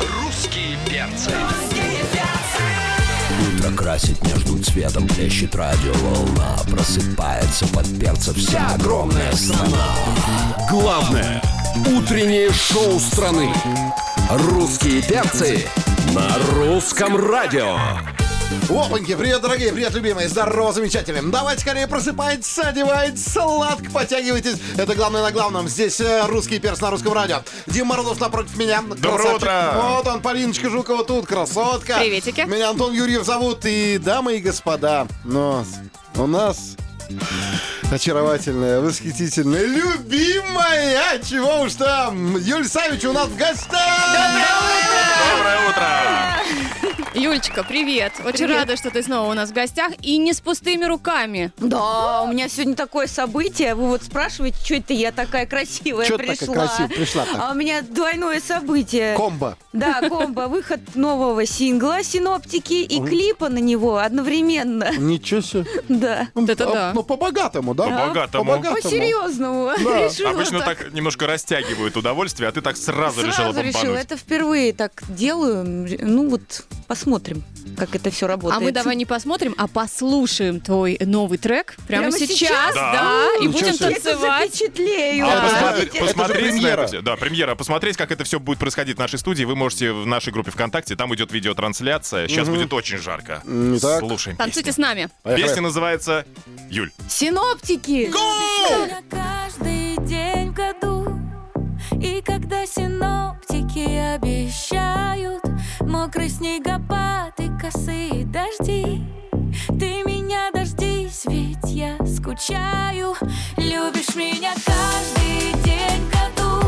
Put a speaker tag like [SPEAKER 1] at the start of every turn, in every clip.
[SPEAKER 1] Русские перцы.
[SPEAKER 2] Утро красит между цветом Плещет радиоволна Просыпается под перца Вся огромная страна
[SPEAKER 3] Главное утреннее шоу страны.
[SPEAKER 2] Русские перцы
[SPEAKER 3] На русском радио.
[SPEAKER 4] Опаньки, привет, дорогие, привет, любимые, здорово, замечательно. Давайте скорее просыпайтесь, одевайтесь, сладко потягивайтесь. Это главное на главном. Здесь э, русский перс на русском радио. Дим Морозов напротив меня. Красавчик.
[SPEAKER 5] утро.
[SPEAKER 4] Вот он, Полиночка Жукова тут, красотка.
[SPEAKER 6] Приветики.
[SPEAKER 4] Меня Антон Юрьев зовут. И, дамы и господа, но у нас очаровательная, восхитительная, любимая, А, чего уж там, Юль Савич у нас в гостях.
[SPEAKER 5] Доброе утро!
[SPEAKER 6] Юлечка, привет. Очень рада, что ты снова у нас в гостях и не с пустыми руками.
[SPEAKER 7] Да, у меня сегодня такое событие. Вы вот спрашиваете, что это я такая красивая
[SPEAKER 4] Чё такая
[SPEAKER 7] пришла.
[SPEAKER 4] красивая пришла так?
[SPEAKER 7] А у меня двойное событие.
[SPEAKER 4] Комбо.
[SPEAKER 7] Да, комбо. Выход нового сингла «Синоптики» и клипа на него одновременно.
[SPEAKER 4] Ничего себе.
[SPEAKER 7] Да.
[SPEAKER 4] Ну,
[SPEAKER 6] Это
[SPEAKER 4] а,
[SPEAKER 6] да.
[SPEAKER 4] Ну, по-богатому, да?
[SPEAKER 5] По-богатому.
[SPEAKER 4] По-богатому.
[SPEAKER 7] По-серьезному.
[SPEAKER 4] Да.
[SPEAKER 7] Решила
[SPEAKER 5] Обычно
[SPEAKER 8] Ну,
[SPEAKER 5] так немножко растягивают удовольствие, а ты так сразу, решила
[SPEAKER 7] Сразу решила.
[SPEAKER 5] бомбануть.
[SPEAKER 7] Это впервые так делаю. Ну вот, посмотрим, как это все
[SPEAKER 6] А
[SPEAKER 7] работает.
[SPEAKER 6] мы давай не посмотрим, а послушаем твой новый трек прямо,
[SPEAKER 7] Прямо
[SPEAKER 6] сейчас,
[SPEAKER 7] сейчас?
[SPEAKER 6] да,
[SPEAKER 4] Да.
[SPEAKER 6] и
[SPEAKER 4] Ничего
[SPEAKER 6] будем
[SPEAKER 4] себе.
[SPEAKER 7] Я тебя
[SPEAKER 6] танцевать.
[SPEAKER 7] запечатлею.
[SPEAKER 5] А
[SPEAKER 4] Да.
[SPEAKER 5] посмотри-
[SPEAKER 4] Это же
[SPEAKER 5] посмотреть на
[SPEAKER 4] премьера.
[SPEAKER 5] это всё. Да, премьера. Посмотреть, как это все будет происходить в нашей студии, вы можете в нашей группе ВКонтакте. Там идет видеотрансляция. Сейчас будет очень жарко.
[SPEAKER 4] Не так.
[SPEAKER 5] Слушаем.
[SPEAKER 6] Танцуйте
[SPEAKER 5] песню.
[SPEAKER 6] с нами.
[SPEAKER 4] Поехали.
[SPEAKER 5] Песня называется Юль.
[SPEAKER 7] Синоптики.
[SPEAKER 8] на каждый день в году И когда синоптики обещают Мокрый снегопад и косые дожди Ты меня дождись, ведь я скучаю Любишь меня каждый день в году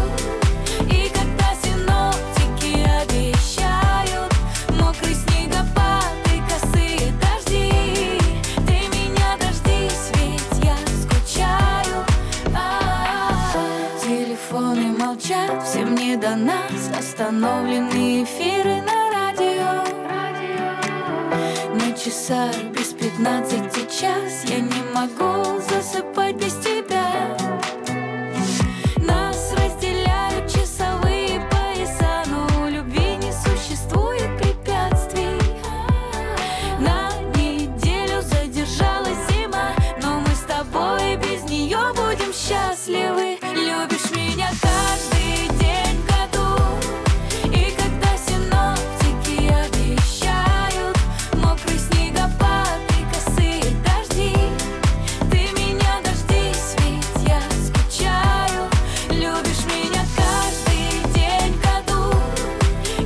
[SPEAKER 8] И когда синоптики обещают Мокрый снегопад и косые дожди Ты меня дождись, ведь я скучаю А-а-а. Телефоны молчат, всем не до нас Остановлены эфиры на радио на часах без пятнадцати час Я не могу засыпать без тебя Нас разделяют часовые пояса Но у любви не существует препятствий На неделю задержалась зима Но мы с тобой без нее будем счастливы Любишь меня каждый день в году И когда синоптики обещают Мокрый снегопад и косые дожди Ты меня дождись, ведь я скучаю Любишь меня каждый день в году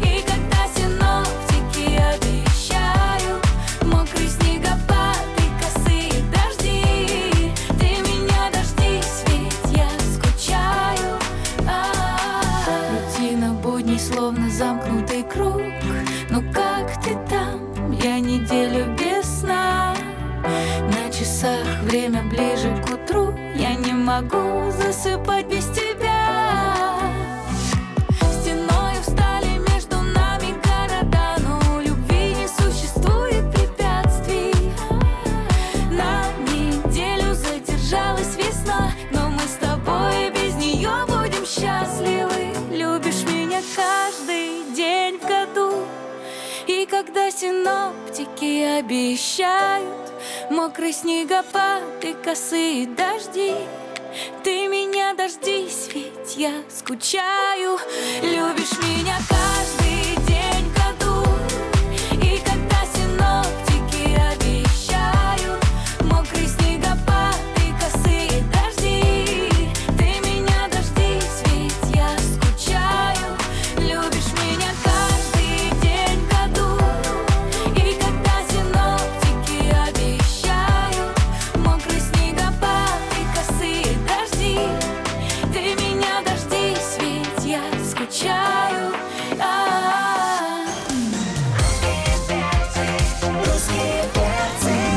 [SPEAKER 8] И когда синоптики обещают Мокрый снегопад и косые дожди Ты меня дождись, ведь я скучаю А-а-а. Рутина будней словно замкнутый круг Ну как ты там? Я неделю без сна На часах время ближе к утру Я не могу засыпать без тебя Стеною встали между нами города Но у любви не существует препятствий На неделю задержалась весна Но мы с тобой без нее будем счастливы Любишь меня каждый день в году и когда синоптики обещают Мокрый снегопад и косые дожди Ты меня дождись, ведь я скучаю Любишь меня каждый день в году И когда синоптики обещают Мокрый снегопад и косые дожди Ты меня дождись, ведь я скучаю Любишь меня каждый день в году И когда синоптики обещают Мокрый снегопад и косые дожди Ты меня дождись, ведь я скучаю А-а-а.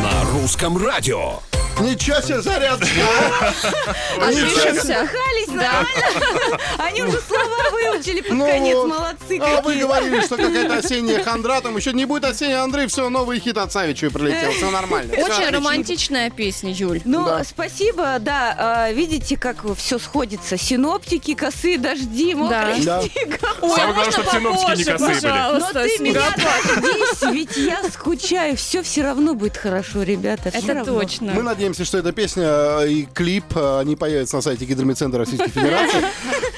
[SPEAKER 2] На русском радио
[SPEAKER 4] Ничего себе зарядочка! а!
[SPEAKER 6] Отпишемся.
[SPEAKER 8] Пахались
[SPEAKER 6] Да.
[SPEAKER 8] нормально? Они уже слова выучили под
[SPEAKER 4] Ну
[SPEAKER 8] конец,
[SPEAKER 4] вот.
[SPEAKER 8] молодцы
[SPEAKER 4] А вы
[SPEAKER 8] какие.
[SPEAKER 4] говорили, что какая-то осенняя хандра, там еще не будет осенняя Андрей, все, новый хит от Савича прилетел, все нормально. всё
[SPEAKER 6] Очень
[SPEAKER 4] отлично.
[SPEAKER 6] романтичная песня, Юль.
[SPEAKER 8] Ну,
[SPEAKER 4] Да.
[SPEAKER 8] спасибо, да, а, видите, как все сходится. Синоптики, косы, дожди, мокрые
[SPEAKER 4] Да.
[SPEAKER 8] снега.
[SPEAKER 5] Самое главное, чтобы синоптики не косые были.
[SPEAKER 8] Но
[SPEAKER 4] Ну,
[SPEAKER 6] пожалуйста,
[SPEAKER 8] ты меня
[SPEAKER 6] снегопад.
[SPEAKER 8] дождись, ведь я скучаю. Все все равно будет хорошо, ребята. всё
[SPEAKER 6] Это
[SPEAKER 4] ну,
[SPEAKER 8] равно.
[SPEAKER 4] Мы
[SPEAKER 6] точно.
[SPEAKER 4] надеемся, что эта песня э, и клип, э, они появятся на сайте Гидромедцентра Российской Федерации.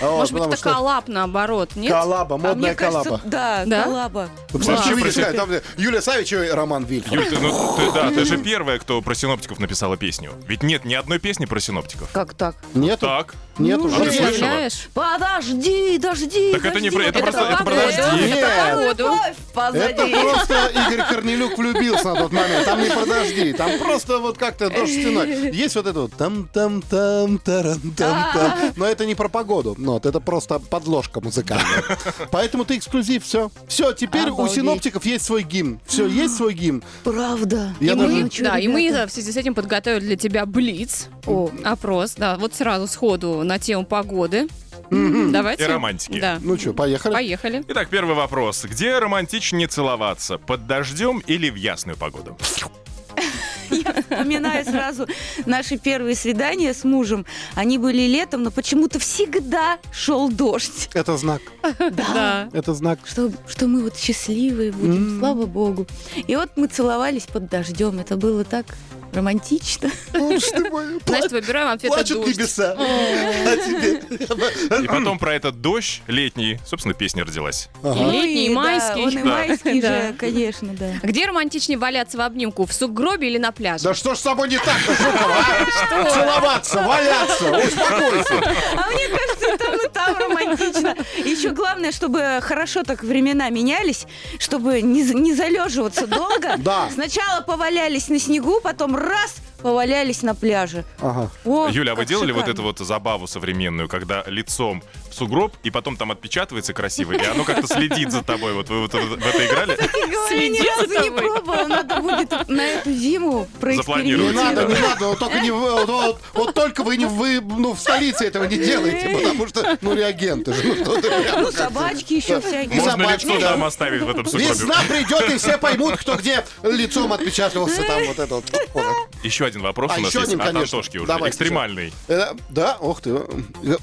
[SPEAKER 4] А вот,
[SPEAKER 6] Может быть,
[SPEAKER 4] потому
[SPEAKER 6] это
[SPEAKER 4] что-
[SPEAKER 6] коллаб наоборот, нет?
[SPEAKER 4] Коллаба,
[SPEAKER 8] А мне
[SPEAKER 4] модная
[SPEAKER 8] кажется,
[SPEAKER 4] коллаба.
[SPEAKER 8] Да,
[SPEAKER 6] Да?
[SPEAKER 8] коллаба.
[SPEAKER 4] Вот просто
[SPEAKER 5] Да.
[SPEAKER 4] видишь, как там, э, Юлия Савичева и Роман Вильф.
[SPEAKER 5] Юль, ты, ну, ты- да, ты же первая, кто про синоптиков написала песню. Ведь нет ни одной песни про синоптиков.
[SPEAKER 8] Как так?
[SPEAKER 4] Нету?
[SPEAKER 5] Так.
[SPEAKER 4] Нет
[SPEAKER 8] Ну,
[SPEAKER 4] уже.
[SPEAKER 5] А ты
[SPEAKER 4] Нет.
[SPEAKER 5] слышала?
[SPEAKER 6] Представляешь?
[SPEAKER 8] Подожди, дожди,
[SPEAKER 5] Так это не про- это
[SPEAKER 8] дожди.
[SPEAKER 5] просто- это про
[SPEAKER 8] погода,
[SPEAKER 5] дожди.
[SPEAKER 8] это
[SPEAKER 4] Нет.
[SPEAKER 8] погода. Любовь
[SPEAKER 4] Это
[SPEAKER 8] позади.
[SPEAKER 4] просто Игорь Корнелюк влюбился на тот момент. Там не подожди, там просто вот как-то дождь стеной. Есть вот это вот там-там-там, тарам-там-там. Но это не про погоду, но это просто подложка музыкальная. Поэтому ты эксклюзив, все. Все, теперь у
[SPEAKER 8] Обалдеть.
[SPEAKER 4] синоптиков есть свой гимн. Все, есть свой гимн.
[SPEAKER 8] Правда.
[SPEAKER 4] Я
[SPEAKER 8] И
[SPEAKER 4] даже-
[SPEAKER 8] мы-
[SPEAKER 6] Да, и мы
[SPEAKER 8] ребята?
[SPEAKER 6] да, в связи с этим подготовили для тебя блиц. Опрос, да, вот сразу сходу на тему погоды. Давайте.
[SPEAKER 5] И романтики.
[SPEAKER 6] Да.
[SPEAKER 4] Ну что, поехали?
[SPEAKER 6] Поехали.
[SPEAKER 5] Итак, первый вопрос. Где романтичнее целоваться? Под дождем или в ясную погоду?
[SPEAKER 8] Вспоминаю сразу наши первые свидания с мужем. Они были летом, но почему-то всегда шел дождь.
[SPEAKER 4] Это знак.
[SPEAKER 6] Да.
[SPEAKER 4] Это знак.
[SPEAKER 8] Что, что мы вот счастливые будем, слава богу. И вот мы целовались под дождем. Это было так романтично.
[SPEAKER 4] Ну, что вы,
[SPEAKER 6] Значит, выбираем ответ от
[SPEAKER 4] Плачут
[SPEAKER 6] дождь.
[SPEAKER 4] небеса. А тебе?
[SPEAKER 5] И потом про этот дождь летний, собственно, песня родилась.
[SPEAKER 4] Ага.
[SPEAKER 6] летний, и
[SPEAKER 8] да,
[SPEAKER 6] майский.
[SPEAKER 8] он Ну
[SPEAKER 6] Да.
[SPEAKER 8] и майский
[SPEAKER 6] Да.
[SPEAKER 8] же, конечно, да.
[SPEAKER 6] Где романтичнее валяться в обнимку, в сугробе или на пляже?
[SPEAKER 4] Да что ж с собой не так, Жукова, а? Целоваться, валяться, успокойся.
[SPEAKER 8] А мне кажется, и там и там романтично. Еще главное, чтобы хорошо так времена менялись, чтобы не, за- не залеживаться долго.
[SPEAKER 4] Да.
[SPEAKER 8] Сначала повалялись на снегу, потом раз повалялись на пляже.
[SPEAKER 4] Ага.
[SPEAKER 8] О,
[SPEAKER 5] Юля, а вы
[SPEAKER 8] как
[SPEAKER 5] делали вот
[SPEAKER 8] шикарно.
[SPEAKER 5] эту вот забаву современную, когда лицом в сугроб, и потом там отпечатывается красиво, и оно как-то следит за тобой? Вот вы вот в это играли?
[SPEAKER 8] Я говорю,
[SPEAKER 6] Следи
[SPEAKER 8] ни
[SPEAKER 6] за
[SPEAKER 8] разу не
[SPEAKER 6] тобой.
[SPEAKER 8] пробовала, надо будет на эту зиму
[SPEAKER 4] Не
[SPEAKER 5] Запланировать.
[SPEAKER 8] проэкспериментировать.
[SPEAKER 4] надо, не надо, вот только, не, вы- вот, вот- вот только вы, не, вы ну, в столице этого не делаете, потому что, ну, реагенты же, ну, что ты прям
[SPEAKER 8] Ну,
[SPEAKER 4] как-то.
[SPEAKER 8] собачки еще всякие.
[SPEAKER 5] Можно
[SPEAKER 4] собачки,
[SPEAKER 5] лицо
[SPEAKER 4] да.
[SPEAKER 5] там оставить в этом сугробе?
[SPEAKER 4] Весна придет, и все поймут, кто где лицом отпечатывался, там вот это вот.
[SPEAKER 5] Еще один вопрос
[SPEAKER 4] А,
[SPEAKER 5] у нас
[SPEAKER 4] еще
[SPEAKER 5] есть
[SPEAKER 4] один,
[SPEAKER 5] от
[SPEAKER 4] конечно.
[SPEAKER 5] Антошки уже.
[SPEAKER 4] Давайте,
[SPEAKER 5] Экстремальный.
[SPEAKER 4] Э, Да, ох ты. э,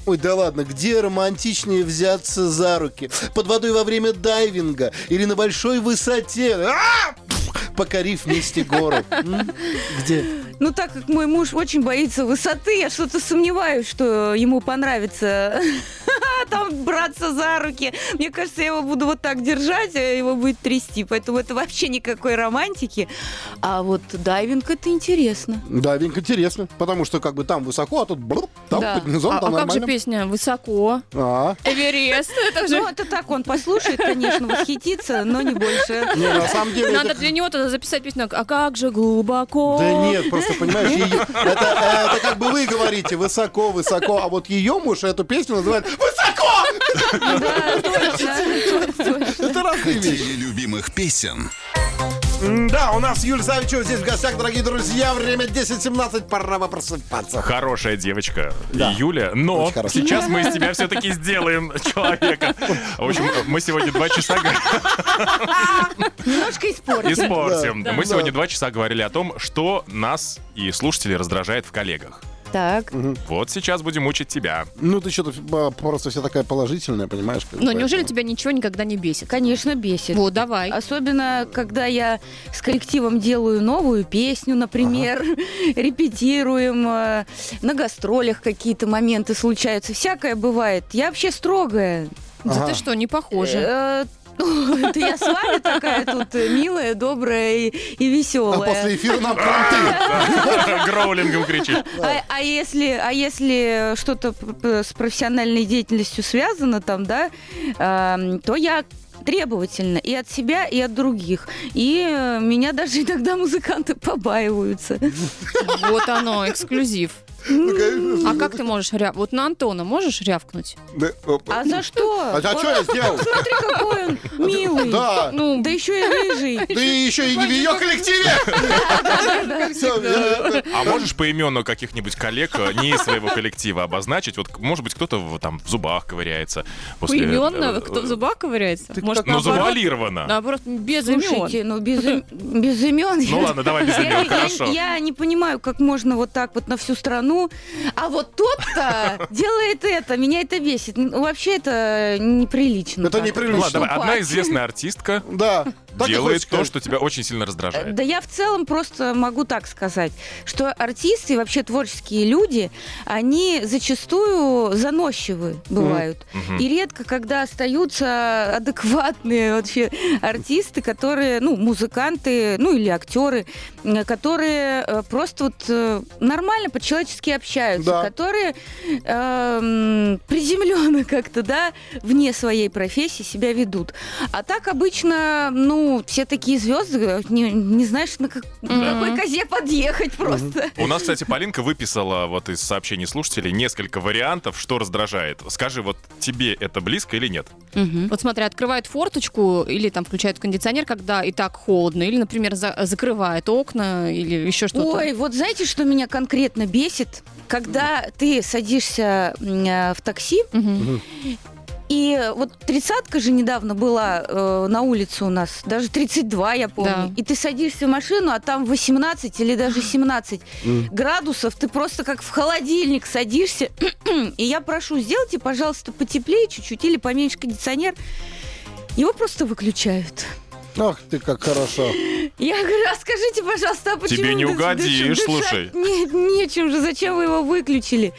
[SPEAKER 4] Ой, да ладно, где романтичнее взяться за руки? Под водой во время дайвинга или на большой высоте? А! Покорив вместе горы. М? Где?
[SPEAKER 8] Ну, так как мой муж очень боится высоты, я что-то сомневаюсь, что ему понравится там браться за руки. Мне кажется, я его буду вот так держать, а его будет трясти. Поэтому это вообще никакой романтики. А вот дайвинг это интересно.
[SPEAKER 4] Дайвинг интересно, потому что как бы там высоко, а тут бррр, там
[SPEAKER 6] Да.
[SPEAKER 4] под низом,
[SPEAKER 6] а
[SPEAKER 4] там
[SPEAKER 6] а как же
[SPEAKER 4] нормально.
[SPEAKER 6] песня «Высоко»,
[SPEAKER 4] А.
[SPEAKER 6] «Эверест»? Это
[SPEAKER 8] Ну,
[SPEAKER 6] же...
[SPEAKER 8] это так он послушает, конечно, восхитится, но не больше.
[SPEAKER 4] Не, на самом деле
[SPEAKER 6] Ну, Надо
[SPEAKER 4] это-
[SPEAKER 6] для него тогда записать песню «А как же глубоко».
[SPEAKER 4] Да нет, просто понимаешь, её- это, э, это как бы вы говорите высоко, высоко, а вот ее муж эту песню называет высоко.
[SPEAKER 8] Ну Да, точно, точно.
[SPEAKER 4] Это разные вещи.
[SPEAKER 2] Или любимых песен.
[SPEAKER 4] М, Да, у нас Юль Савичева здесь в гостях, дорогие друзья. Время 10.17, пора бы просыпаться.
[SPEAKER 5] Хорошая девочка,
[SPEAKER 4] Да.
[SPEAKER 5] Юля, но
[SPEAKER 4] Очень хорошая.
[SPEAKER 5] сейчас мы из тебя все-таки сделаем человека. В общем, мы сегодня два часа г-
[SPEAKER 8] Немножко испортил.
[SPEAKER 5] испортим.
[SPEAKER 4] Да.
[SPEAKER 5] Мы
[SPEAKER 4] Да.
[SPEAKER 5] сегодня два часа говорили о том, что нас и слушателей раздражает в коллегах.
[SPEAKER 8] Так.
[SPEAKER 5] Вот сейчас будем учить тебя.
[SPEAKER 4] Ну, ты что-то просто вся такая положительная, понимаешь? как бы,
[SPEAKER 8] Ну,
[SPEAKER 6] Но неужели
[SPEAKER 4] поэтому.
[SPEAKER 6] тебя ничего никогда не бесит?
[SPEAKER 8] Конечно, А, бесит.
[SPEAKER 6] Вот, давай.
[SPEAKER 8] Особенно, когда я с коллективом делаю новую песню, например, репетируем, э, на гастролях какие-то моменты случаются, всякое бывает. Я вообще строгая.
[SPEAKER 6] Да
[SPEAKER 4] Ага.
[SPEAKER 6] ты что, не похоже.
[SPEAKER 8] Э, Это я с вами такая тут э, милая, добрая и, и
[SPEAKER 4] А
[SPEAKER 8] веселая.
[SPEAKER 4] после эфира нам кранты.
[SPEAKER 5] Гроулингом кричишь.
[SPEAKER 8] А, а если, а если что-то п- п- с профессиональной деятельностью связано там, да, эм, то я требовательна и от себя, и от других. И э, меня даже иногда музыканты побаиваются.
[SPEAKER 6] Вот оно, эксклюзив.
[SPEAKER 4] э,
[SPEAKER 8] ну,
[SPEAKER 6] А как ты можешь ря... Вот на Антона можешь рявкнуть?
[SPEAKER 4] Да, э, оп.
[SPEAKER 8] А за что?
[SPEAKER 4] А за
[SPEAKER 8] Он-
[SPEAKER 4] что я сделал?
[SPEAKER 8] Смотри, какой он милый.
[SPEAKER 4] Да.
[SPEAKER 6] Ну,
[SPEAKER 8] Да еще и рыжий.
[SPEAKER 4] Да и еще и не в ее коллективе. Всё, я- э,
[SPEAKER 5] А можешь по имену каких-нибудь коллег э, не из своего коллектива обозначить? Вот, может быть, кто-то в- там в зубах ковыряется. после,
[SPEAKER 6] Поименно,
[SPEAKER 5] э,
[SPEAKER 6] кто в зубах ковыряется? Может,
[SPEAKER 5] Ну,
[SPEAKER 6] наоборот,
[SPEAKER 5] завуалировано.
[SPEAKER 6] наоборот, без имен.
[SPEAKER 8] Слушайте, ну без, им- без имен.
[SPEAKER 5] Ну ладно, давай без
[SPEAKER 8] Я,
[SPEAKER 5] имен,
[SPEAKER 8] я-
[SPEAKER 5] хорошо.
[SPEAKER 8] я не понимаю, как можно вот так вот на всю страну. А вот тот-то делает это, меня это бесит. Ну, Вообще это неприлично.
[SPEAKER 4] Это
[SPEAKER 8] так.
[SPEAKER 5] Ну
[SPEAKER 4] неприлично.
[SPEAKER 5] ладно, давай, одна
[SPEAKER 8] Поступать.
[SPEAKER 5] известная артистка
[SPEAKER 4] Да. Так и
[SPEAKER 5] делает
[SPEAKER 4] хочешь
[SPEAKER 5] то,
[SPEAKER 4] сказать.
[SPEAKER 5] что тебя очень сильно раздражает.
[SPEAKER 8] Да я в целом просто могу так сказать, что артисты и вообще творческие люди, они зачастую заносчивы бывают.
[SPEAKER 5] Мгм.
[SPEAKER 8] И редко, когда остаются адекватные вообще артисты, которые, ну, музыканты, ну, или актеры, э, которые э, просто вот э, нормально по-человечески общаются,
[SPEAKER 4] Да.
[SPEAKER 8] которые приземленно как-то, да, вне своей профессии себя ведут. А так обычно, ну, все такие звезды, не, не знаешь, на, как- на
[SPEAKER 5] Да.
[SPEAKER 8] какой козе подъехать просто.
[SPEAKER 5] У нас, кстати, Полинка выписала вот из сообщений слушателей несколько вариантов, что раздражает. Скажи, вот тебе это близко или нет?
[SPEAKER 6] Вот смотри, открывают форточку или там включают кондиционер, когда и так холодно, или, например, за- закрывает окна или еще что-то.
[SPEAKER 8] Ой, вот знаете, что меня конкретно бесит? Когда ты садишься м, э, в такси,
[SPEAKER 6] Мгм.
[SPEAKER 8] и вот тридцатка же недавно была э, на улице у нас, даже 32, я помню.
[SPEAKER 6] Да.
[SPEAKER 8] И ты садишься в машину, а там 18 или даже 17 градусов, ты просто как в холодильник садишься. И я прошу, сделайте, пожалуйста, потеплее чуть-чуть или поменьше кондиционер. Его просто выключают.
[SPEAKER 4] Ах ты, как хорошо.
[SPEAKER 8] Я говорю, а скажите, пожалуйста, а почему...
[SPEAKER 5] Тебе не
[SPEAKER 8] дыш-
[SPEAKER 5] угодишь,
[SPEAKER 8] дыш-
[SPEAKER 5] слушай.
[SPEAKER 8] дышать Нет, нечем же, зачем вы его выключили?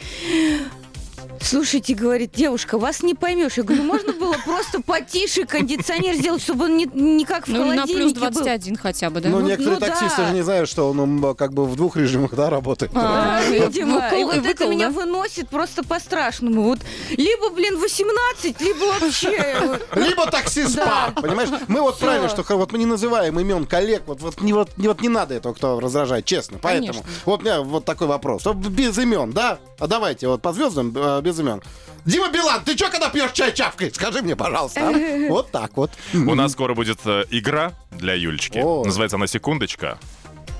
[SPEAKER 8] Слушайте, говорит, девушка, вас не поймешь. Я говорю, можно было просто потише кондиционер сделать, чтобы он не, не как в
[SPEAKER 6] Ну или на
[SPEAKER 8] холодильнике
[SPEAKER 6] плюс
[SPEAKER 8] был.
[SPEAKER 6] 21 хотя бы, да?
[SPEAKER 4] Ну,
[SPEAKER 8] ну,
[SPEAKER 4] некоторые
[SPEAKER 8] ну да.
[SPEAKER 4] таксисты же не знают, что он м, как бы в двух режимах, да, работает.
[SPEAKER 6] А,
[SPEAKER 8] Да,
[SPEAKER 6] и
[SPEAKER 8] видимо.
[SPEAKER 6] выкол-
[SPEAKER 8] И
[SPEAKER 6] и
[SPEAKER 8] вот это
[SPEAKER 6] выкол,
[SPEAKER 8] меня
[SPEAKER 6] да?
[SPEAKER 8] выносит просто по-страшному. Вот либо, блин, 18, либо вообще...
[SPEAKER 4] Либо таксист
[SPEAKER 8] Да.
[SPEAKER 4] пап, понимаешь? Мы вот
[SPEAKER 8] Всё.
[SPEAKER 4] правильно, что х- вот мы не называем имен коллег, вот, вот, не, вот, не, вот не надо этого, кто раздражает, честно. Поэтому
[SPEAKER 6] Конечно.
[SPEAKER 4] вот у меня вот такой вопрос. Чтоб Без имен, да? А давайте вот по звездам э, без имен. Дима Билан, ты чё, когда пьешь чай чавкой? Скажи мне, пожалуйста. а? Вот так вот.
[SPEAKER 5] У нас скоро будет э, игра для Юлечки.
[SPEAKER 4] О.
[SPEAKER 5] Называется она «Секундочка».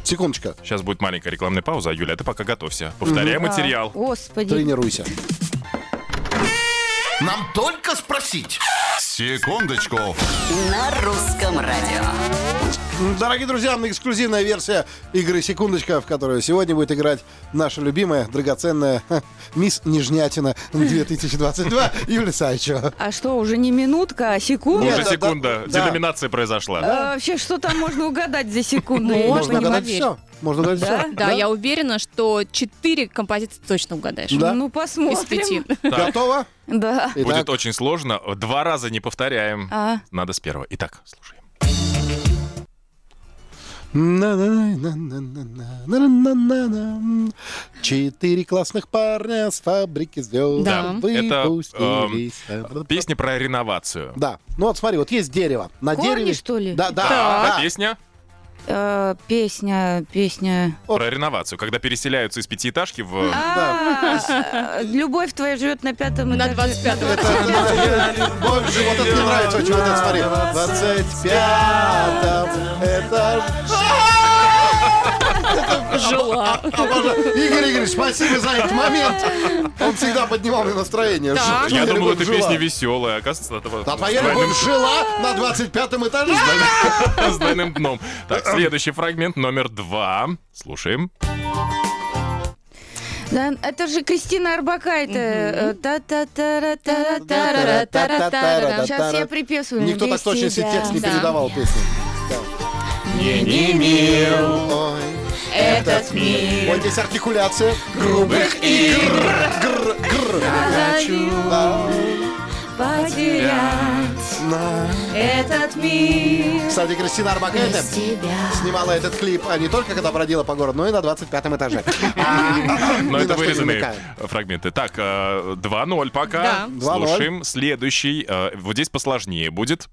[SPEAKER 4] Секундочка,
[SPEAKER 5] Сейчас будет маленькая рекламная пауза. а, Юля, а ты пока готовься. Повторяй материал.
[SPEAKER 8] Господи.
[SPEAKER 4] тренируйся.
[SPEAKER 1] Нам только спросить. Секундочку.
[SPEAKER 9] На русском радио.
[SPEAKER 4] Дорогие друзья, эксклюзивная версия игры «Секундочка», в которую сегодня будет играть наша любимая, драгоценная ха, мисс Нижнятина 2022 Юлия Савичева.
[SPEAKER 8] А что, уже не минутка, а секунда?
[SPEAKER 4] Нет,
[SPEAKER 5] Уже
[SPEAKER 4] да,
[SPEAKER 5] секунда.
[SPEAKER 4] да, да.
[SPEAKER 5] Деноминация произошла.
[SPEAKER 8] А вообще, что там можно угадать за секунду?
[SPEAKER 6] Ну, Можно, не
[SPEAKER 4] угадать
[SPEAKER 6] поверь.
[SPEAKER 4] все. Можно угадать все.
[SPEAKER 6] Да, я уверена, что 4 композиции точно угадаешь.
[SPEAKER 4] Да.
[SPEAKER 8] Ну,
[SPEAKER 6] Из пяти.
[SPEAKER 8] посмотрим.
[SPEAKER 4] Готово?
[SPEAKER 8] Да.
[SPEAKER 5] Будет очень сложно. Два раза не повторяем.
[SPEAKER 8] А.
[SPEAKER 5] Надо с первого. Итак, слушаем.
[SPEAKER 4] На-на-на-на-на-на-на-на-на-на. Четыре классных парня с фабрики звезд
[SPEAKER 6] Да.
[SPEAKER 4] выпустились.
[SPEAKER 5] Песня про реновацию.
[SPEAKER 4] Да. Ну вот смотри, вот есть дерево. На
[SPEAKER 8] Корни,
[SPEAKER 4] дереве...
[SPEAKER 8] что ли?
[SPEAKER 4] Да, да.
[SPEAKER 5] А
[SPEAKER 4] да.
[SPEAKER 5] песня
[SPEAKER 8] Э, Песня, песня.
[SPEAKER 4] Оп.
[SPEAKER 5] про реновацию, когда переселяются из пятиэтажки в...
[SPEAKER 8] А, э, Любовь твоя живет на пятом
[SPEAKER 6] На
[SPEAKER 8] этаже.
[SPEAKER 6] 25
[SPEAKER 4] Любовь же, вот это мне нравится очень. Вот это смотри. 25 этаж. А,
[SPEAKER 6] жила.
[SPEAKER 4] Обожаю. Игорь Игоревич, спасибо за этот момент. Он всегда поднимал мне настроение.
[SPEAKER 6] Так.
[SPEAKER 4] Что
[SPEAKER 5] Я думал,
[SPEAKER 4] любовь
[SPEAKER 5] эта
[SPEAKER 4] жила.
[SPEAKER 5] песня веселая. Оказывается, это вот
[SPEAKER 4] А
[SPEAKER 5] с
[SPEAKER 4] твоя
[SPEAKER 5] двойным-
[SPEAKER 4] любовь жила на 25 этаже.
[SPEAKER 5] с двойным дном. Так, следующий фрагмент номер два. Слушаем.
[SPEAKER 8] Да, Это же Кристина Арбакайте.
[SPEAKER 4] Та-та-та-ра-та-ра-та-ра-та-ра.
[SPEAKER 8] Сейчас я припев вспомню.
[SPEAKER 4] Никто так
[SPEAKER 8] Без
[SPEAKER 4] точно себе
[SPEAKER 8] тебя.
[SPEAKER 4] текст не
[SPEAKER 6] Да.
[SPEAKER 4] передавал песни.
[SPEAKER 8] Не мил
[SPEAKER 4] Ой,
[SPEAKER 8] этот мир.
[SPEAKER 4] вот здесь артикуляция. Грубых игр. Гр, гр.
[SPEAKER 8] Хочу
[SPEAKER 4] Да.
[SPEAKER 8] потерять
[SPEAKER 4] На.
[SPEAKER 8] этот мир.
[SPEAKER 4] Кстати, Кристина Арбакайте снимала этот клип а не только когда бродила по городу, но и на 25 этаже.
[SPEAKER 5] Но
[SPEAKER 4] Ни
[SPEAKER 5] Ну, это
[SPEAKER 4] на что не
[SPEAKER 5] вырезанные
[SPEAKER 4] намекаем.
[SPEAKER 5] фрагменты. Так, э, 2-0 пока.
[SPEAKER 6] Да.
[SPEAKER 4] 2:0.
[SPEAKER 5] Слушаем. Следующий. э, Вот здесь посложнее будет.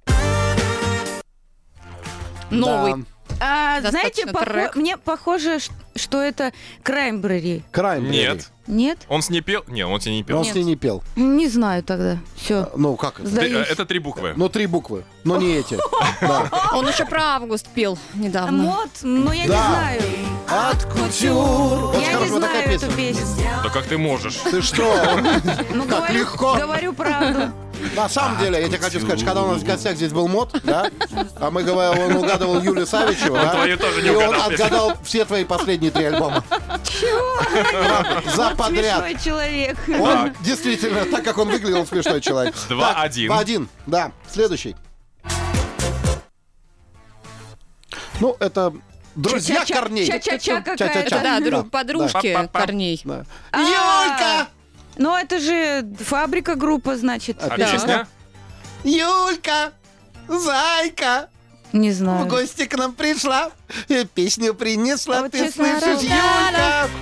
[SPEAKER 6] Новый.
[SPEAKER 4] Да.
[SPEAKER 8] А, знаете,
[SPEAKER 6] Достаточно
[SPEAKER 8] похо-
[SPEAKER 6] трек.
[SPEAKER 8] мне похоже, ш- что это Краймбрери.
[SPEAKER 4] Крайм.
[SPEAKER 5] Нет.
[SPEAKER 8] Нет?
[SPEAKER 5] Он с ней пел? Нет, он с ней не
[SPEAKER 4] Он
[SPEAKER 5] пел.
[SPEAKER 4] с ней не пел.
[SPEAKER 8] Не знаю тогда. Все.
[SPEAKER 4] Ну, как это?
[SPEAKER 5] Ты-
[SPEAKER 8] Сдаюсь.
[SPEAKER 5] э, Это три буквы.
[SPEAKER 4] Ну, три буквы. Но не эти. Да.
[SPEAKER 6] Он еще про август пел
[SPEAKER 8] А
[SPEAKER 6] недавно.
[SPEAKER 8] мод, но я не
[SPEAKER 4] Да.
[SPEAKER 8] знаю.
[SPEAKER 4] От кутюр. Вот,
[SPEAKER 8] я не
[SPEAKER 4] короче, вот
[SPEAKER 8] знаю
[SPEAKER 4] такая
[SPEAKER 8] эту
[SPEAKER 4] песня.
[SPEAKER 8] песню.
[SPEAKER 5] Да как ты можешь?
[SPEAKER 4] Ты что?
[SPEAKER 8] Ну,
[SPEAKER 4] Как
[SPEAKER 8] говорю,
[SPEAKER 4] легко.
[SPEAKER 8] говорю правду.
[SPEAKER 4] На самом деле, я тебе хочу сказать, что когда у нас в гостях здесь был мод, да, а мы говорили, он угадывал Юлю Савичеву, да,
[SPEAKER 5] твою тоже не
[SPEAKER 4] А? и он
[SPEAKER 5] угадал, Петя.
[SPEAKER 4] отгадал все твои последние три альбома. Чего? За подряд.
[SPEAKER 8] Смешной человек.
[SPEAKER 4] Он действительно, так как он выглядел, он смешной человек.
[SPEAKER 5] Два,
[SPEAKER 4] Так,
[SPEAKER 5] один.
[SPEAKER 4] Два один, да. Следующий. Ну, это друзья
[SPEAKER 8] Ча-ча-ча-
[SPEAKER 4] корней.
[SPEAKER 8] ча-ча-ча какая-то.
[SPEAKER 4] Ча-ча-ча.
[SPEAKER 6] Да, дру-
[SPEAKER 4] Да, Ну,
[SPEAKER 6] подружки
[SPEAKER 5] Па-па-па.
[SPEAKER 6] Корней.
[SPEAKER 4] да.
[SPEAKER 8] А.
[SPEAKER 4] Юлька!
[SPEAKER 8] Ну, это же фабрика группа, значит.
[SPEAKER 4] Да.
[SPEAKER 5] А песня?
[SPEAKER 4] Юлька! Зайка!
[SPEAKER 8] Не
[SPEAKER 4] В
[SPEAKER 8] знаю.
[SPEAKER 4] гости к нам пришла, и песню принесла,
[SPEAKER 8] Вот
[SPEAKER 4] ты
[SPEAKER 8] честно,
[SPEAKER 4] слышишь,
[SPEAKER 8] да,
[SPEAKER 4] Юлька?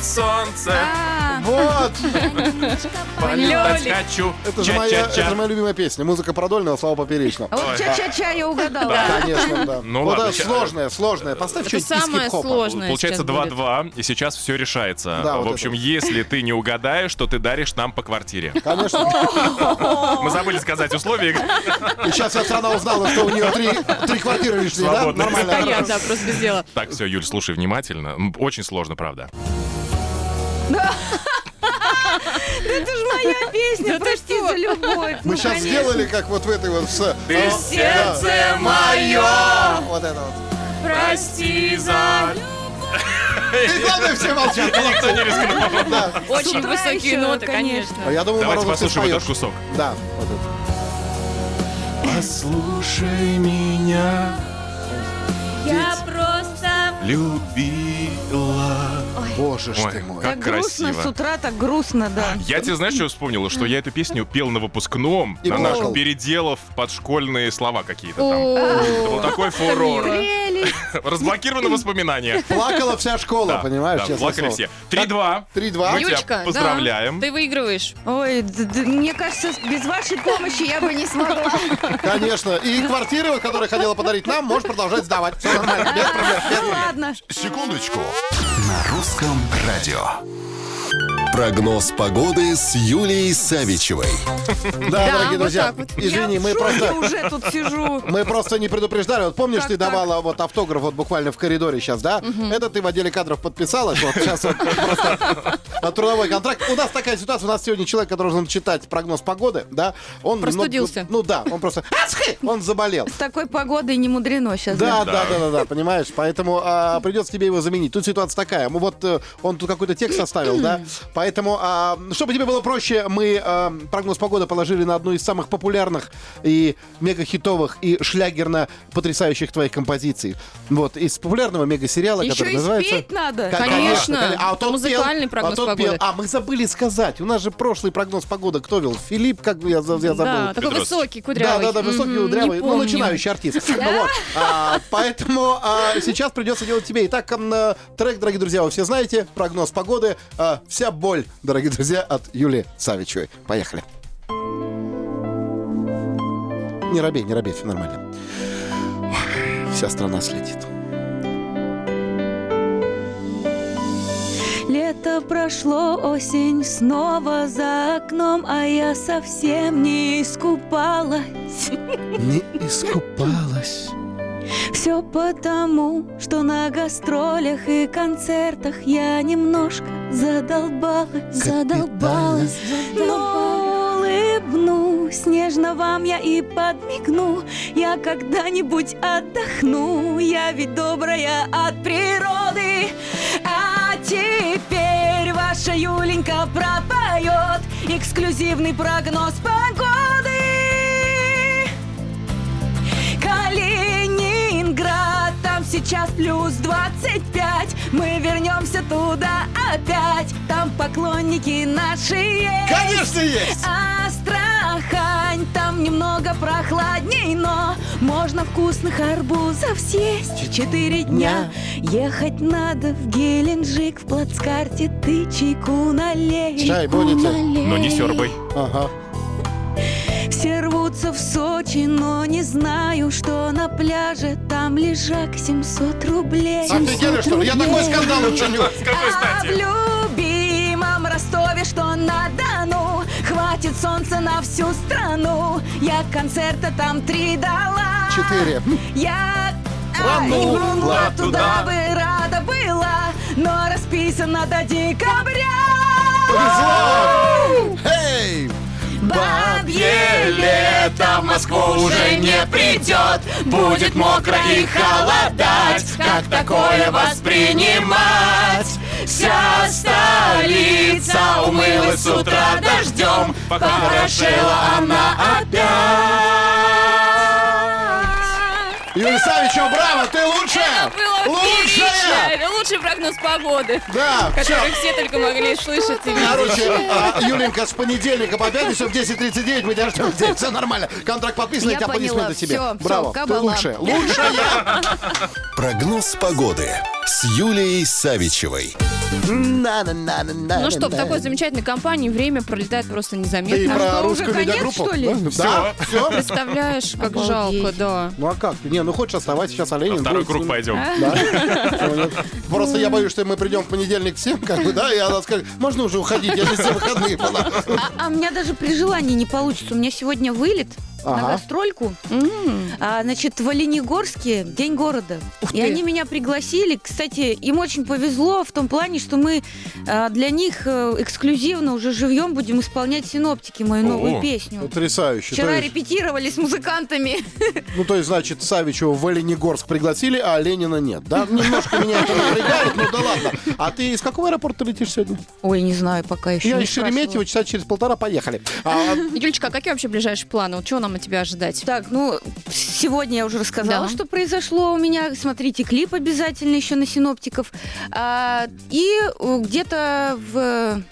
[SPEAKER 5] Солнце.
[SPEAKER 8] А,
[SPEAKER 4] Вот!
[SPEAKER 5] Полетать хочу.
[SPEAKER 4] Это же, моя, это же
[SPEAKER 5] Ча-ча-ча.
[SPEAKER 4] моя любимая песня. Музыка Продольного, слова поперечного.
[SPEAKER 8] а вот ча-ча-ча я угадала.
[SPEAKER 4] Конечно, да.
[SPEAKER 5] Ну
[SPEAKER 4] вот
[SPEAKER 5] ладно,
[SPEAKER 4] это
[SPEAKER 5] ща-
[SPEAKER 4] сложное, сложное. Поставь
[SPEAKER 6] Это
[SPEAKER 4] что-нибудь из
[SPEAKER 6] самое
[SPEAKER 4] хип-хопа.
[SPEAKER 6] сложное.
[SPEAKER 5] Получается
[SPEAKER 6] сейчас будет.
[SPEAKER 5] 2-2, и сейчас все решается.
[SPEAKER 4] Да,
[SPEAKER 5] В
[SPEAKER 4] вот
[SPEAKER 5] общем,
[SPEAKER 4] это.
[SPEAKER 5] если ты не угадаешь, то ты даришь нам по квартире.
[SPEAKER 4] Конечно.
[SPEAKER 5] Мы забыли сказать условия.
[SPEAKER 4] И сейчас вся страна узнала, что у нее три, три квартиры лишние, да?
[SPEAKER 5] Свободные.
[SPEAKER 4] Нормально.
[SPEAKER 6] Да, я, да, просто без дела.
[SPEAKER 5] Так, все, Юль, слушай внимательно. М, Очень сложно, правда.
[SPEAKER 8] Это же моя песня, прости за любовь.
[SPEAKER 4] Мы
[SPEAKER 8] Ну,
[SPEAKER 4] сейчас
[SPEAKER 8] конечно.
[SPEAKER 4] сделали, как вот в этой вот... с-
[SPEAKER 5] Ты
[SPEAKER 8] сердце
[SPEAKER 4] Да, Вот это вот.
[SPEAKER 5] прости за...
[SPEAKER 4] И главное, все молчат.
[SPEAKER 5] Никто не рискнул.
[SPEAKER 4] Да.
[SPEAKER 8] С
[SPEAKER 6] Очень
[SPEAKER 8] утра
[SPEAKER 6] высокие
[SPEAKER 8] еще,
[SPEAKER 6] ноты,
[SPEAKER 8] конечно.
[SPEAKER 6] конечно.
[SPEAKER 4] А Я думаю,
[SPEAKER 5] Давайте
[SPEAKER 4] Морозов, ты
[SPEAKER 5] послушаем этот
[SPEAKER 4] споешь.
[SPEAKER 5] кусок.
[SPEAKER 4] Да, вот это.
[SPEAKER 5] Послушай меня,
[SPEAKER 10] Я просто
[SPEAKER 5] любила.
[SPEAKER 4] Боже ж
[SPEAKER 5] Ой,
[SPEAKER 4] ты мой.
[SPEAKER 5] как
[SPEAKER 8] Так грустно с
[SPEAKER 5] красиво.
[SPEAKER 8] утра, так грустно, да.
[SPEAKER 5] Я тебе, знаешь, что вспомнила? Что я эту песню пел на выпускном,
[SPEAKER 4] И
[SPEAKER 5] на нашем,
[SPEAKER 4] плакал.
[SPEAKER 5] переделав под школьные слова какие-то там. Это был
[SPEAKER 6] О,
[SPEAKER 5] такой фурор.
[SPEAKER 8] Прелесть.
[SPEAKER 5] Разблокировано воспоминания.
[SPEAKER 4] Плакала вся школа, понимаешь?
[SPEAKER 5] да,
[SPEAKER 4] честное
[SPEAKER 5] плакали
[SPEAKER 4] слово.
[SPEAKER 5] все. 3-2. Мы
[SPEAKER 4] 3-2.
[SPEAKER 5] тебя
[SPEAKER 6] Юлечка, да,
[SPEAKER 5] поздравляем.
[SPEAKER 6] ты выигрываешь.
[SPEAKER 8] Ой, д- д- мне кажется, без вашей помощи я бы не смогла. Ну,
[SPEAKER 4] Конечно. И квартиры, которые хотела подарить нам, можешь продолжать сдавать. Все нормально, без проблем. без проблем.
[SPEAKER 8] Ладно.
[SPEAKER 1] Секундочку. На русском радио.
[SPEAKER 3] Прогноз погоды с Юлией Савичевой.
[SPEAKER 4] Да,
[SPEAKER 6] Да,
[SPEAKER 4] дорогие
[SPEAKER 6] вот
[SPEAKER 4] друзья,
[SPEAKER 6] так вот.
[SPEAKER 4] извини,
[SPEAKER 8] я в
[SPEAKER 4] мы
[SPEAKER 8] шоке
[SPEAKER 4] просто...
[SPEAKER 8] уже тут сижу.
[SPEAKER 4] Мы просто не предупреждали. Вот помнишь,
[SPEAKER 8] Как
[SPEAKER 4] ты
[SPEAKER 8] так?
[SPEAKER 4] давала вот автограф вот буквально в коридоре сейчас, да? Это ты в отделе кадров подписалась. Вот сейчас вот просто на трудовой контракт. У нас такая ситуация. У нас сегодня человек, который должен читать прогноз погоды, да? Он немного-
[SPEAKER 6] Простудился.
[SPEAKER 4] ну да, он просто... Ацхи! Он заболел.
[SPEAKER 8] С такой погодой не мудрено сейчас.
[SPEAKER 4] Да, да, да, да, да, понимаешь? Поэтому а, придется тебе его заменить. Тут ситуация такая. Мы вот э, он тут какой-то текст составил, да? Поэтому, а, чтобы тебе было проще, мы а, прогноз погоды положили на одну из самых популярных и мега-хитовых и шлягерно потрясающих твоих композиций. Вот, из популярного мега-сериала,
[SPEAKER 8] Еще
[SPEAKER 4] который
[SPEAKER 8] и
[SPEAKER 4] называется...
[SPEAKER 8] спеть надо.
[SPEAKER 4] Ко-
[SPEAKER 6] Конечно.
[SPEAKER 4] конечно. А
[SPEAKER 6] Это
[SPEAKER 4] тот
[SPEAKER 6] музыкальный
[SPEAKER 4] пел,
[SPEAKER 6] прогноз
[SPEAKER 4] а тот
[SPEAKER 6] погоды.
[SPEAKER 4] пел. А, мы забыли сказать. У нас же прошлый прогноз погоды кто вел? Филипп, как бы я, за- я забыл.
[SPEAKER 6] Да, такой
[SPEAKER 5] Петрос.
[SPEAKER 6] высокий,
[SPEAKER 4] Да,
[SPEAKER 6] кудрявый.
[SPEAKER 4] да, да, высокий,
[SPEAKER 6] Мгм,
[SPEAKER 4] удрявый,
[SPEAKER 6] не
[SPEAKER 4] ну,
[SPEAKER 6] помню.
[SPEAKER 4] начинающий артист. Ну вот, а, Поэтому а, сейчас придется делать тебе. Итак, м, э, трек, дорогие друзья, вы все знаете, прогноз погоды, а, вся боль, дорогие друзья, от Юли Савичевой. Поехали. Не робей, не робей, все нормально. Ой, Вся страна следит.
[SPEAKER 8] Лето прошло, осень снова за окном, а я совсем не искупалась.
[SPEAKER 4] Не искупалась.
[SPEAKER 8] Все потому, что на гастролях и концертах я немножко задолбалась, задолбалась. Но улыбнусь нежно вам я и подмигну. Я когда-нибудь отдохну, я ведь добрая от природы. А теперь ваша Юленька пропоет эксклюзивный прогноз погоды. Калининград, там сейчас плюс 25 Мы вернемся туда опять, там поклонники наши есть
[SPEAKER 4] Конечно есть!
[SPEAKER 8] Астрахань, А там немного прохладней, но Можно вкусных арбузов съесть Четыре дня ехать надо в Геленджик В плацкарте ты чайку налей
[SPEAKER 4] Чай будете?
[SPEAKER 8] А,
[SPEAKER 5] Но не сербой.
[SPEAKER 4] Ага.
[SPEAKER 8] Все Все рвутся в Сочи, но не знаю, что на пляже там лежак 700 рублей.
[SPEAKER 4] Офигели, что ли? Я такой скандал учиню.
[SPEAKER 5] С какой
[SPEAKER 8] А в
[SPEAKER 5] стати?
[SPEAKER 8] любимом Ростове, что на Дону, хватит солнца на всю страну. Я концерта там три дала.
[SPEAKER 4] Четыре.
[SPEAKER 8] Я а,
[SPEAKER 4] Рану,
[SPEAKER 8] и врунула
[SPEAKER 5] ла,
[SPEAKER 8] туда
[SPEAKER 5] туда.
[SPEAKER 8] бы рада была, но расписана до декабря.
[SPEAKER 4] Повезло! Эй!
[SPEAKER 8] Бабье лето в Москву уже не придет, будет мокро и холодать. Как такое воспринимать? Вся столица умылась с утра дождем, похорошела она опять.
[SPEAKER 4] Юлия Савичева, браво! Ты лучшая!
[SPEAKER 6] Это было
[SPEAKER 4] лучшая!
[SPEAKER 6] отлично! Лучший прогноз погоды,
[SPEAKER 4] Да, все.
[SPEAKER 6] который все только могли слышать и видеть.
[SPEAKER 4] Короче, а, Юленька, с понедельника по пятницу в 10.39 мы тебя ждем здесь. Все нормально. Контракт подписан, и
[SPEAKER 8] Я
[SPEAKER 4] тебя
[SPEAKER 8] поняла.
[SPEAKER 4] аплодисменты тебе.
[SPEAKER 8] Всё, всё,
[SPEAKER 4] Браво. Ты
[SPEAKER 8] кабала.
[SPEAKER 4] лучшая. Лучшая.
[SPEAKER 3] Прогноз погоды с Юлией Савичевой.
[SPEAKER 6] Ну
[SPEAKER 4] Ну
[SPEAKER 6] что, в такой замечательной компании время пролетает просто
[SPEAKER 4] Ты
[SPEAKER 6] незаметно.
[SPEAKER 4] про
[SPEAKER 8] А что, уже
[SPEAKER 4] русскую
[SPEAKER 8] конец,
[SPEAKER 4] медиагруппу?
[SPEAKER 8] что ли?
[SPEAKER 4] Да, все.
[SPEAKER 6] Представляешь, как
[SPEAKER 8] Обалдеть.
[SPEAKER 6] жалко, да.
[SPEAKER 4] Ну а как? ты? Не, ну хочешь оставайся сейчас оленем.
[SPEAKER 5] Второй
[SPEAKER 4] будет с
[SPEAKER 5] круг
[SPEAKER 4] ним.
[SPEAKER 5] пойдем.
[SPEAKER 8] А?
[SPEAKER 4] Да. Чего нет? Просто я боюсь, что мы придем в понедельник всем, как бы, да, и она скажет, можно уже уходить, я же все выходные была.
[SPEAKER 8] А, а у меня даже при желании не получится. У меня сегодня вылет
[SPEAKER 4] Ага.
[SPEAKER 8] на гастрольку.
[SPEAKER 6] М,
[SPEAKER 8] А, значит, в Оленегорске День города.
[SPEAKER 6] Ух
[SPEAKER 8] и
[SPEAKER 6] ты.
[SPEAKER 8] они меня пригласили. Кстати, им очень повезло в том плане, что мы а, для них э, эксклюзивно уже живьем будем исполнять синоптики мою новую
[SPEAKER 5] О.
[SPEAKER 8] песню.
[SPEAKER 4] Потрясающе. То
[SPEAKER 8] Вчера
[SPEAKER 4] есть-
[SPEAKER 8] репетировали с музыкантами.
[SPEAKER 4] ну, то есть, значит, Савичева в Оленегорск пригласили, а Ленина нет, да? Немножко меня это напрягает, ну да ладно. А ты из какого аэропорта летишь сегодня?
[SPEAKER 8] Ой, не знаю, пока еще.
[SPEAKER 4] Я
[SPEAKER 8] не
[SPEAKER 4] из Шереметьево,
[SPEAKER 8] спрашивала.
[SPEAKER 4] часа через полтора, поехали. А,
[SPEAKER 6] Юлечка, а какие вообще ближайшие планы? Вот чего нам от тебя ожидать?
[SPEAKER 8] Так, ну, сегодня я уже рассказала,
[SPEAKER 6] Да.
[SPEAKER 8] что произошло у меня. Смотрите клип обязательно еще на синоптиков. А, и э, где-то в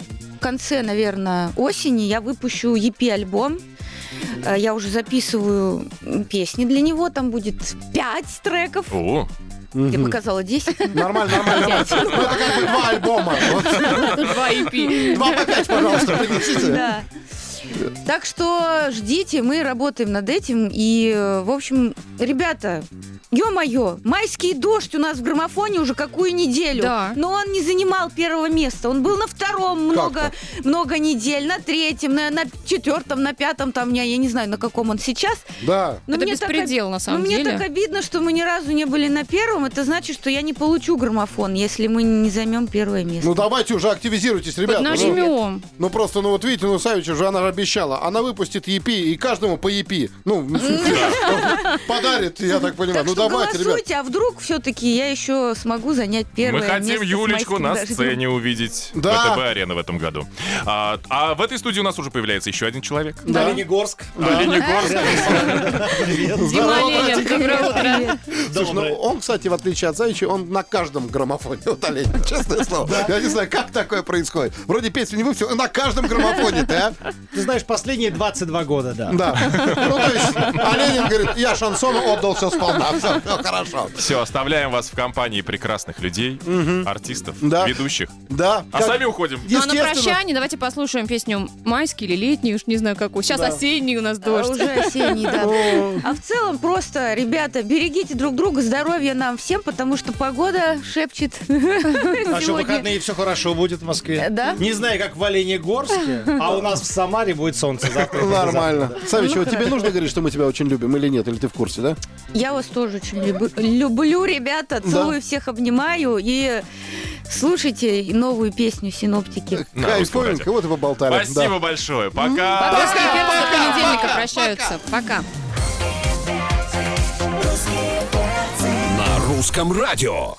[SPEAKER 8] конце, наверное, осени я выпущу EP-альбом. А, Я уже записываю м, песни для него. Там будет 5 треков.
[SPEAKER 5] О,
[SPEAKER 8] Я показала 10.
[SPEAKER 4] Нормально, нормально. нормально. Ну, это как бы два альбома. Вот,
[SPEAKER 6] Два EP.
[SPEAKER 4] Два по пять, пожалуйста, принесите.
[SPEAKER 8] Да. Так что ждите, мы работаем над этим. И, э, в общем, ребята, ё-моё, майский дождь у нас в граммофоне уже какую неделю.
[SPEAKER 6] Да.
[SPEAKER 8] Но он не занимал первого места. Он был на втором много, много недель, на третьем, на, на четвертом, на пятом, там, я, я не знаю, на каком он сейчас.
[SPEAKER 4] Да.
[SPEAKER 8] Но
[SPEAKER 6] Это
[SPEAKER 8] Ну, мне так об-
[SPEAKER 6] беспредел, на самом
[SPEAKER 8] ну,
[SPEAKER 6] деле.
[SPEAKER 8] Мне так обидно, что мы ни разу не были на первом. Это значит, что я не получу граммофон, если мы не займем первое место.
[SPEAKER 4] Ну давайте уже активизируйтесь, ребята. Ну,
[SPEAKER 6] Нажмем.
[SPEAKER 4] Ну просто, ну вот видите, ну Савич уже она же обещала. Она выпустит EP и каждому по EP. Ну, подарит, я так понимаю.
[SPEAKER 8] Так
[SPEAKER 4] Ну
[SPEAKER 8] что
[SPEAKER 4] давайте, ребят.
[SPEAKER 8] голосуйте, а вдруг все-таки я еще смогу занять первое
[SPEAKER 5] мы хотим
[SPEAKER 8] место с
[SPEAKER 5] Юлечку
[SPEAKER 8] майским
[SPEAKER 5] на
[SPEAKER 8] дождем.
[SPEAKER 5] сцене увидеть.
[SPEAKER 4] Да.
[SPEAKER 5] ВТБ Арена в этом году. А, а в этой студии у нас уже появляется еще один человек.
[SPEAKER 11] Оленегорск.
[SPEAKER 6] Дима Оленин, доброе утро.
[SPEAKER 4] Слушай, ну он, кстати, в отличие от Савича, он на каждом граммофоне. Вот Оленин, честное слово. Я не знаю, как такое происходит. Вроде песню не выпустил, а на каждом граммофоне, да?
[SPEAKER 11] Ты знаешь, последние 22 года, да.
[SPEAKER 4] Да. Ну, то есть, Оленин говорит, я шансону отдал все сполна. Все, хорошо.
[SPEAKER 5] Все, оставляем вас в компании прекрасных людей, артистов,
[SPEAKER 4] Да.
[SPEAKER 5] ведущих.
[SPEAKER 4] Да.
[SPEAKER 5] А
[SPEAKER 4] как-
[SPEAKER 5] сами уходим.
[SPEAKER 6] Ну а на
[SPEAKER 4] Естественно.
[SPEAKER 6] прощание давайте послушаем песню «Майский» или «Летний», уж не знаю какую. Сейчас осенний у нас
[SPEAKER 8] А,
[SPEAKER 6] дождь.
[SPEAKER 8] Уже осенний, да. А в целом просто, ребята, берегите друг друга, здоровья нам всем, потому что погода шепчет
[SPEAKER 11] А что,
[SPEAKER 8] сегодня.
[SPEAKER 11] выходные все хорошо будет в Москве?
[SPEAKER 8] Да?
[SPEAKER 11] Не знаю, как в Оленегорске, а у нас в Самаре будет солнце завтра.
[SPEAKER 4] Нормально. Савич, а
[SPEAKER 6] Ну,
[SPEAKER 4] вот тебе нужно говорить, что мы тебя очень любим или нет? Или ты в курсе, да?
[SPEAKER 8] Я вас тоже очень люб- люблю, ребята. Целую всех, обнимаю и слушайте новую песню «Синоптики».
[SPEAKER 5] На русском
[SPEAKER 4] Кайфовенько,
[SPEAKER 5] радио.
[SPEAKER 4] вот и поболтали. Да.
[SPEAKER 5] Спасибо большое. Пока.
[SPEAKER 6] Русские перцы до понедельника прощаются. Пока.
[SPEAKER 2] На русском радио.